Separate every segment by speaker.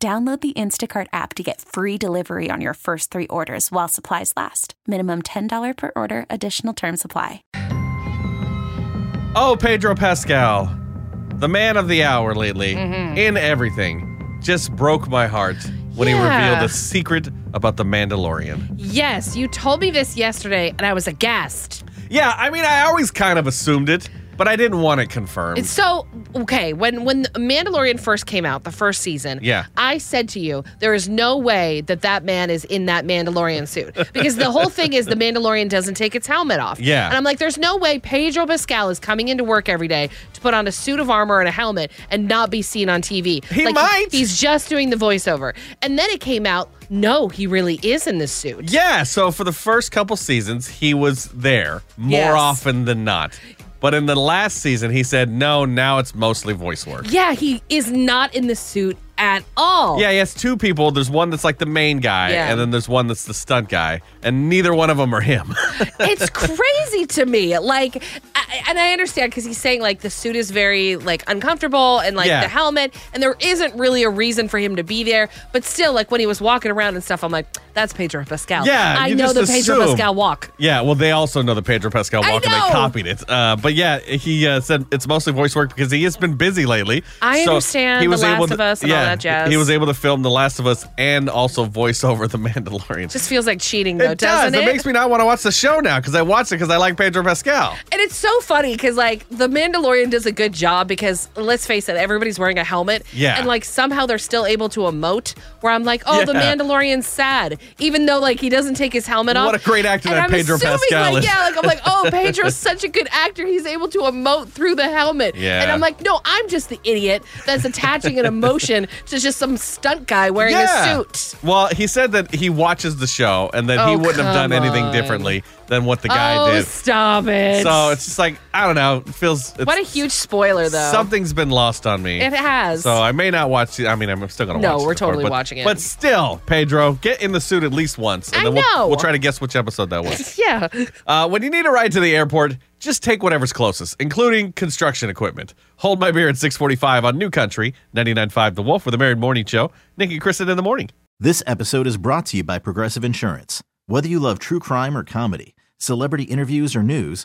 Speaker 1: Download the Instacart app to get free delivery on your first three orders while supplies last. Minimum $10 per order, additional term supply.
Speaker 2: Oh, Pedro Pascal, the man of the hour lately,
Speaker 3: Mm-hmm.
Speaker 2: in everything, just broke my heart when he
Speaker 3: Yeah.
Speaker 2: revealed the secret about the Mandalorian.
Speaker 3: Yes, you told me this yesterday, and I was aghast.
Speaker 2: Yeah, I mean, I always kind of assumed it, but I didn't want it confirmed.
Speaker 3: It's so okay. When when The Mandalorian first came out, the first season,
Speaker 2: Yeah.
Speaker 3: I said to you, there is no way that that man is in that Mandalorian suit because the whole thing is the Mandalorian doesn't take its helmet off.
Speaker 2: Yeah.
Speaker 3: and I'm like, there's no way Pedro Pascal is coming into work every day to put on a suit of armor and a helmet and not be seen on TV.
Speaker 2: He
Speaker 3: Like,
Speaker 2: might.
Speaker 3: He's just doing the voiceover, and then it came out. No, he really is in this suit.
Speaker 2: yeah, so for the first couple seasons, he was there more
Speaker 3: Yes.
Speaker 2: often than not. But in the last season, he said, no, now it's mostly voice work.
Speaker 3: Yeah, he is not in the suit at all.
Speaker 2: Yeah, he has two people. There's one that's like the main guy,
Speaker 3: Yeah.
Speaker 2: and then there's one that's the stunt guy, and neither one of them are him.
Speaker 3: it's crazy to me. Like, I, and I understand because he's saying like the suit is very like uncomfortable and like
Speaker 2: Yeah.
Speaker 3: the helmet, and there isn't really a reason for him to be there. But still, like when he was walking around and stuff, I'm like, that's Pedro Pascal.
Speaker 2: Yeah,
Speaker 3: I
Speaker 2: you
Speaker 3: know
Speaker 2: just
Speaker 3: the Pedro
Speaker 2: assume.
Speaker 3: Pascal walk.
Speaker 2: Yeah, well, they also know the Pedro Pascal
Speaker 3: I
Speaker 2: walk, and they
Speaker 3: know.
Speaker 2: copied it. Uh, but yeah, he uh, said it's mostly voice work because he has been busy lately.
Speaker 3: I understand The Last of Us and all that jazz.
Speaker 2: He was able to film The Last of Us and also voice over The Mandalorian.
Speaker 3: Just feels like cheating though,
Speaker 2: it does.
Speaker 3: not it?
Speaker 2: makes me not want to watch the show now because I watched it because I like Pedro Pascal.
Speaker 3: And it's so funny because like the Mandalorian does a good job because let's face it, everybody's wearing a helmet.
Speaker 2: Yeah.
Speaker 3: And like somehow they're still able to emote where I'm like, oh, the
Speaker 2: Yeah.
Speaker 3: Mandalorian's sad, even though like he doesn't take his helmet off.
Speaker 2: What a great actor
Speaker 3: and
Speaker 2: that
Speaker 3: I'm
Speaker 2: Pedro
Speaker 3: assuming,
Speaker 2: Pascal
Speaker 3: like,
Speaker 2: is.
Speaker 3: Yeah, like I'm like, oh, Pedro's such a good actor. He's able to emote through the helmet.
Speaker 2: Yeah.
Speaker 3: And I'm like, no, I'm just the idiot that's attaching an emotion to just some stunt guy wearing
Speaker 2: yeah.
Speaker 3: a suit.
Speaker 2: Well, he said that he watches the show and that he
Speaker 3: Oh,
Speaker 2: wouldn't have done
Speaker 3: come
Speaker 2: anything
Speaker 3: on.
Speaker 2: differently than what the guy
Speaker 3: oh,
Speaker 2: did.
Speaker 3: stop it.
Speaker 2: so it's just like I don't know. It feels it's,
Speaker 3: what a huge spoiler though.
Speaker 2: Something's been lost on me.
Speaker 3: It has.
Speaker 2: So I may not watch it. I mean, I'm still going to
Speaker 3: No,
Speaker 2: watch it.
Speaker 3: we're
Speaker 2: of course,
Speaker 3: totally
Speaker 2: but-
Speaker 3: watching it.
Speaker 2: But still, Pedro, get in the suit at least once. And
Speaker 3: I
Speaker 2: then we'll,
Speaker 3: know.
Speaker 2: we'll try to guess which episode that was.
Speaker 3: yeah.
Speaker 2: uh, when you need a ride to the airport, just take whatever's closest, including construction equipment. Hold my beer at 645 on New Country, 99.5 The Wolf with the Married Morning Show. Nick and Kristen in the morning.
Speaker 4: This episode is brought to you by Progressive Insurance. Whether you love true crime or comedy, celebrity interviews or news,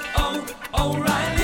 Speaker 5: oh, O'Reilly.